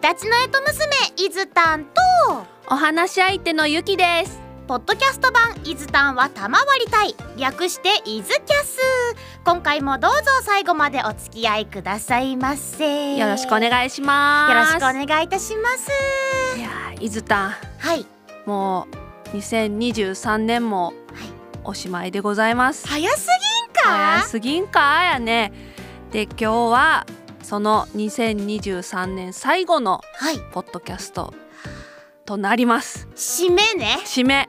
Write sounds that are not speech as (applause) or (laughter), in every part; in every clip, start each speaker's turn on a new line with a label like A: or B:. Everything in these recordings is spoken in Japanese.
A: がちなえと娘イズタンと
B: お話し相手のゆきです
A: ポッドキャスト版イズタンは賜りたい略してイズキャス今回もどうぞ最後までお付き合いくださいませ
B: よろしくお願いします
A: よろしくお願いいたします
B: いやー伊豆たん
A: はい
B: もう2023年もおしまいでございます
A: 早すぎんか
B: 早すぎんかやねで今日はその2023年最後の
A: はい
B: ポッドキャストとなります
A: 締めね
B: 締め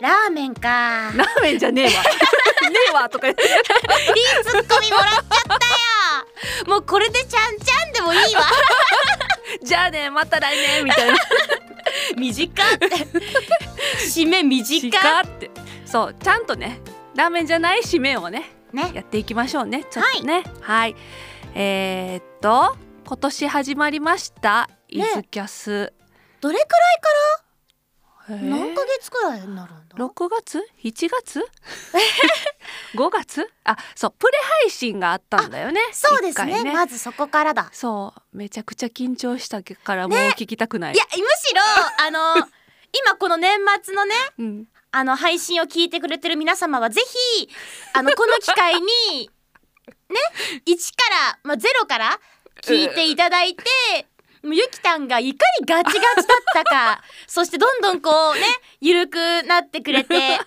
A: ラーメンか
B: ラーメンじゃねえわ (laughs) ねえわとか言って
A: ツッコミもらっちゃったよ (laughs) もうこれでちゃんちゃんでもいいわ
B: じゃあねまた来年みたいな
A: (laughs) 短って (laughs) 締め短
B: しかってそうちゃんとねラーメンじゃない締めをね
A: ね
B: やっていきましょうねちょっとねはい、えーっと今年始まりました「イ
A: ね
B: ズキャス
A: どれくらい」
B: えー
A: か何ヶ月くらいになるんだ
B: 6月7月
A: (laughs)
B: 5月あそうプレ配信があったんだよね
A: そうです
B: 一
A: ね
B: 回
A: まずそこからだ
B: そうめちゃくちゃ緊張したからもう
A: ね
B: 聞きたくない、
A: いやむし
B: (laughs)
A: ろあの今この年末のね
B: うん、
A: あの配信を聞いてくれてる皆様はぜひあのこの機
B: (laughs)
A: 会にね1から、まあ、0から聞いていただいて、もうゆきたんがいかにガチガチだった
B: (laughs)
A: かそしてどんどんこうね緩くなってくれ
B: (laughs)
A: て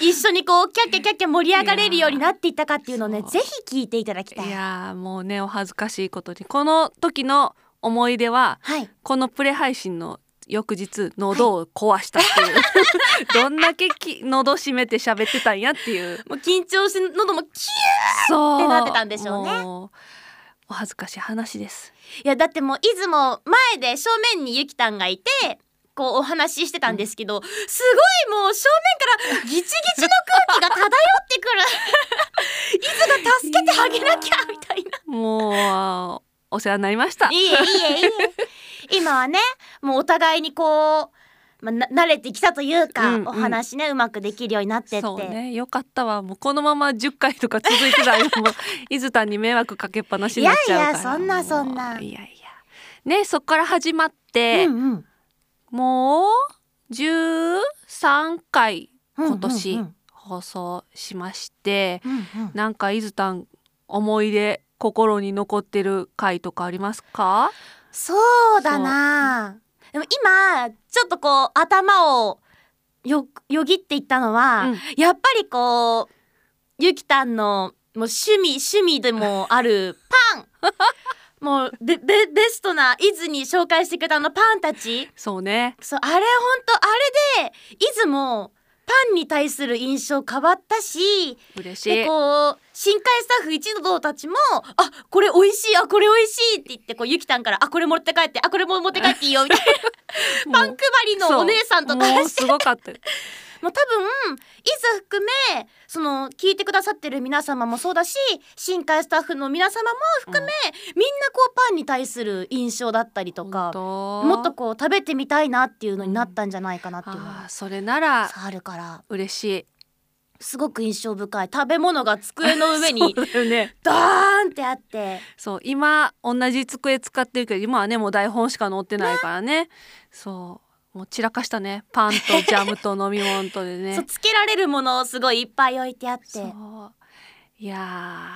A: 一緒にこうキャッキャキャッキャ盛り上がれるようになっていったかっていうのをね
B: そう
A: ぜひ聞いていただきたい。
B: いやーもうねお恥ずかしいことにこの時の思い出は
A: はい、
B: このプレ配信の翌日喉を壊したって
A: (laughs)
B: いう、どんだけき喉閉めて喋ってたんやっていう
A: もう緊張して喉もキュ
B: そう
A: ってなってたんでしょうね
B: もうお恥ずかしい話です
A: いやだってもう出雲前で正面にゆきたんがいてこうお話ししてたんですけどすごいもう正面からギチギチの空気が漂ってくる伊豆が助けてあげなきゃみたいな
B: もうお世話になりました
A: いいえいいえいいえ今はねもうお互いにこう、まあ、な慣れてきたというか、
B: うんうん
A: お話ねうまくできるようになってって、
B: そうねよかったわもうこのまま10回とか続いてたら
A: (laughs)
B: もう伊豆谷に迷惑かけっぱなしになっちゃうから
A: いやいやそんなそんな
B: もういやいやねそっから始まっ
A: う
B: て、
A: んうん
B: もう13回今年、
A: うんうん
B: 放送しまして
A: うんうんうん
B: なんか伊豆たん思い出心に残ってる回とかありますか
A: そうだなでも今ちょっとこう頭をよよぎっていったのは、
B: うん
A: やっぱりこうゆきたんのもう趣味趣味でもあるパ
B: (laughs)
A: ンもうベベベストな伊豆に紹介してくれたあのパンたち
B: そうね
A: そうあれほんとあれで伊豆もパンに対する印象変わったし
B: 嬉し
A: で
B: い
A: こう深海スタッフ一同たちも「あこれ美味しいあこれ美味しい」って言ってこうゆきたんから「あこれ持って帰ってあこれも持って帰っていい
B: (laughs)
A: よ」みたいなパン配りのお姉さんとか
B: もうもう
A: して
B: すごかった
A: (laughs) もう多分いつ含めその聞いてくださってる皆様もそうだし深海スタッフの皆様も含め、みんなこうパンに対する印象だったりとかも
B: も
A: っとこう食べてみたいなっていうのになったんじゃないかなっていうの
B: あ
A: が
B: ーそれなら
A: あるから
B: 嬉しい
A: すごく印象深い食べ物が机の上に
B: そうだよね
A: ドーンってあって。
B: そう今同じ机使ってるけど今はねもう台本しか載ってないからねそうもう散らかしたねパンとジャムと飲み物とで
A: (laughs)
B: ね
A: そうつけられるものをすごいいっぱい置いてあって
B: そ
A: そうう
B: いや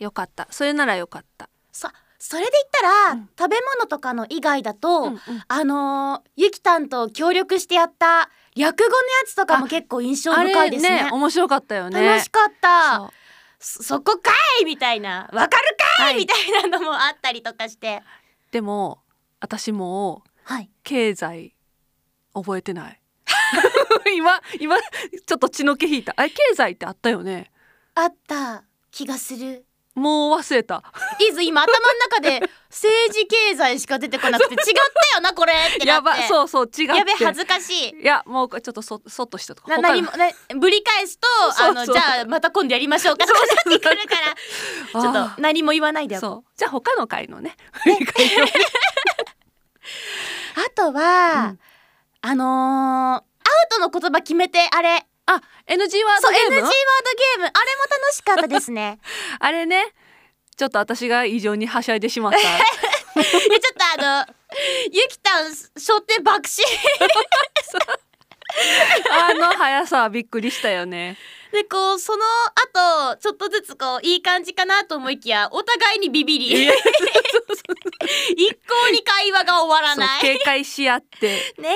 B: ーよかったそれならよかった、
A: それで言ったら、
B: うん
A: 食べ物とかの以外だと、
B: うんうん
A: あのーゆきたんと協力してやった略語のやつとかも結構印象
B: あ
A: 深
B: れ
A: いですね
B: 面白かったよね
A: 楽しかっ
B: そ
A: た
B: う
A: そそこかいみたいなわかるかい、みたいなのもあったりとかして
B: でも私もう
A: はい
B: 経済覚えてない (laughs) 今今ちょっと血の気引いたあれ経済ってあったよね
A: あった気がする
B: もう忘れた
A: いず今頭の中で政治経済しか出てこなくて違ったよなこれってなっ
B: や
A: て
B: ばそうそう違って
A: やべ恥ずかしい
B: いやもうちょっとそそっとしたとか
A: な
B: 他
A: 何
B: に
A: もなぶり返すと
B: そう
A: あの
B: そう
A: じゃあまた今度やりましょうかとかなってくるからちょっ
B: (laughs) あ
A: と何も言わないでお
B: ー
A: こう
B: そうじゃあ他の回のね
A: あとは、
B: うん
A: あのーアウトの言葉決めてあれ
B: あ NG ワ
A: そう
B: ー
A: NG
B: ドゲ
A: ワー
B: ー
A: ド
B: ム
A: ゲームあれも楽しかったです
B: (laughs)
A: ね (laughs)
B: あれねちょっと私が異常にはしゃいでしまった
A: いやちょっとあのゆきたん初手爆死
B: あの速さはびっくりしたよね
A: でこうその後ちょっとずつこういい感じかなと思いきやお互いにビビり一 (laughs) 向に会話が終わら
B: そう
A: ない
B: 警戒し合って
A: ねえ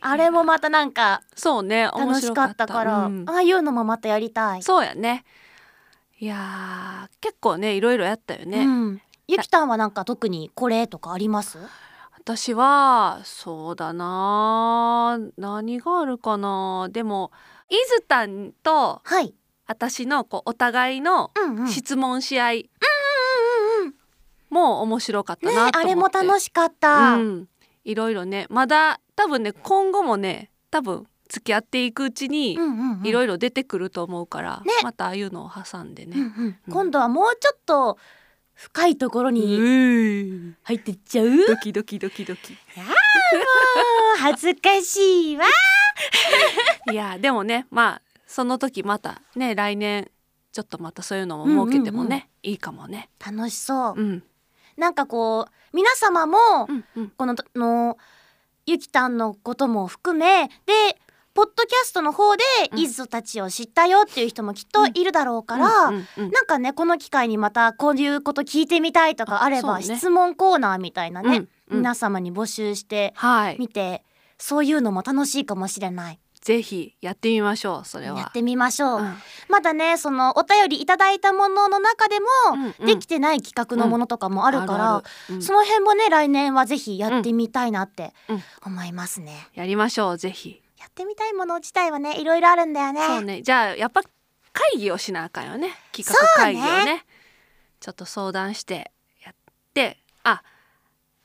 A: あれもまたなんか
B: そうね
A: 楽
B: 面
A: し
B: 白
A: か
B: か
A: っ
B: ったた
A: から
B: うん
A: ああいうのもまたやりたい
B: そうやねいやー結構ねいろいろやったよね、
A: うんゆきたんはなんか特にこれとかあります
B: 私はそうだな何があるかなでも伊豆たんと
A: はい
B: 私のこうお互いの
A: うんうん
B: 質問し合いも面白かった
A: ね
B: なと
A: あ
B: 思って、
A: れも楽しかった、
B: うん、いろいろねまだ多分ね今後もね多分付き合っていくうちに
A: うんうんうん
B: いろいろ出てくると思うから、
A: ね
B: またああいうのを挟んで
A: うんう
B: ね。
A: ん
B: うん
A: 今度はもうちょっと深いところ
B: う
A: に
B: ー
A: 入ってっちゃうもう
B: ドキドキドキドキ。
A: 恥ずかしいわ
B: いやでもねまあその時またね来年ちょっとまたそういうのも設けてもね、
A: うんうん
B: いいかもね。
A: 楽しそう、
B: うん
A: なんかこう皆様も、
B: うんうん、
A: このとのゆきたんのことも含めでポッドキャストの方で
B: うん
A: イズたちを知ったよっていう人もきっといるだろうから、
B: うんうん
A: (laughs) なんかねこの機会にまたこういうこと聞いてみたいとかあれば
B: あそうね
A: 質問コーナーみたいな
B: うん
A: ね、
B: うん
A: 皆様に募集して
B: はい
A: みてそういうのも楽しいかもしれない
B: ぜひやってみましょうそれは。
A: やってみましょう、
B: うん
A: まだねそのお便りいただいたものの中でも、
B: うんうん
A: できてない企画のものとかもあるから、
B: あるあるうん
A: その辺もね来年はぜひやってみたいなって
B: うん
A: 思いますね、
B: やりましょうぜひ。
A: やってみたいもの自体はねいろいろあるんだよね
B: そうねじゃあやっぱ会議をしなあかんよね企画会議をねちょっと相談してやってあ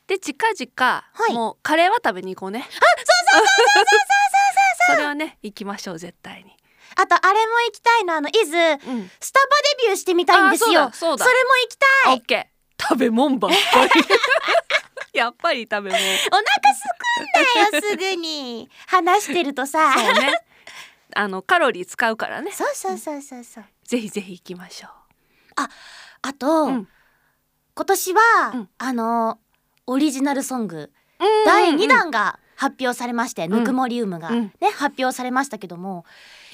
B: で近々、
A: はい
B: もうカレーは食べに行こうね。あそうそうそうそうそうそうそうそうそれはね行きましょう絶対に。
A: あとあれも行きたいなあの伊豆
B: うん
A: スタバデビューしてみたいんですよ
B: あそうだそうだ
A: れも行きたい
B: オッケー食べもんばっかりやっぱり (laughs) 食べ
A: お
B: もん
A: 腹すくんだよすぐに話してるとさ
B: そうねあのカロリー使うからね
A: そうそうそうそうそう
B: ぜひぜひ行きましょ
A: あと、
B: う、うん
A: 今年は、
B: うん
A: あのオリジナルソング第2弾が発表されまして、
B: ん
A: ぬくもりウムが、
B: うん
A: ね発表されましたけども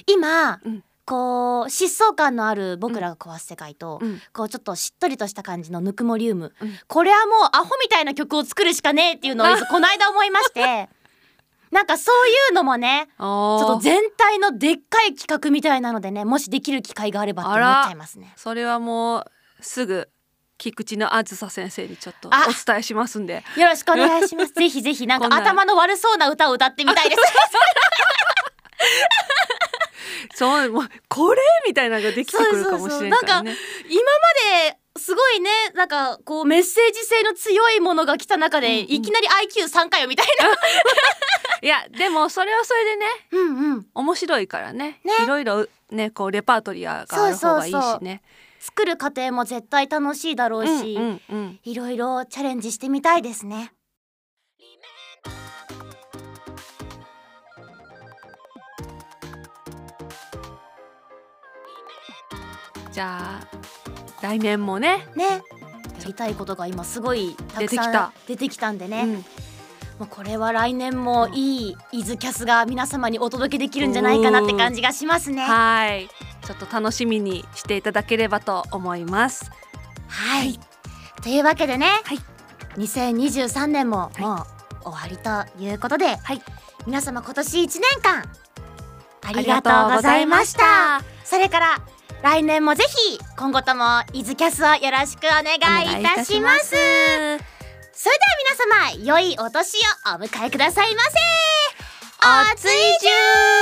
A: 今、
B: うん
A: こう疾走感のある僕らが壊す世界と、
B: うん
A: こうちょっとしっとりとした感じのぬくもりウム、
B: うん
A: これはもうアホみたいな曲を作るしかねえっていうのを
B: (laughs)
A: いつこの間思いましてなんかそういうのもね
B: ち
A: ちょっ
B: ょ
A: と全体のでっかい企画みたいなのでねもしできる機会があればって思っちゃいますね。
B: それはもうすぐ菊池のあずさ先生にちょっとお
A: あ
B: 伝えしますんで
A: よろしくお願いします。 (laughs) ぜひぜひなんか
B: こんな
A: 頭の悪そうな歌を歌ってみたいです。
B: そうもうこれみたいなのができてくるかもしれんからね
A: 今まですごいねなんかこうメッセージ性の強いものが来た中で、
B: うんうん
A: いきなり IQ3 回よみたいない
B: やでもそれはそれでね
A: うんうん
B: 面白いからね
A: ね
B: いろいろねこうレパートリーがある方がいいしね
A: 作る過程も絶対楽しいだろうし、
B: うんうんうん
A: いろいろチャレンジしてみたいですね
B: じゃあ来年もね
A: ねやりたいことが今すごいたく
B: 出てき
A: さん
B: た
A: 出てきたんでね、
B: うん
A: もうこれは来年もいい伊豆キャスが皆様にお届けできるんじゃないかなって感じがしますねは
B: はいちょっと楽しみにしていただければと思います
A: いというわけでね、
B: はい
A: 2023年ももう終わりということで、
B: はい
A: 皆様今年1年間ありがとうございました
B: あり
A: それから来年もぜひ今後とも伊豆キャスをよろしくお願いいたします
B: お願いいたします
A: それでは皆様良いお年をお迎えくださいませおついじゅう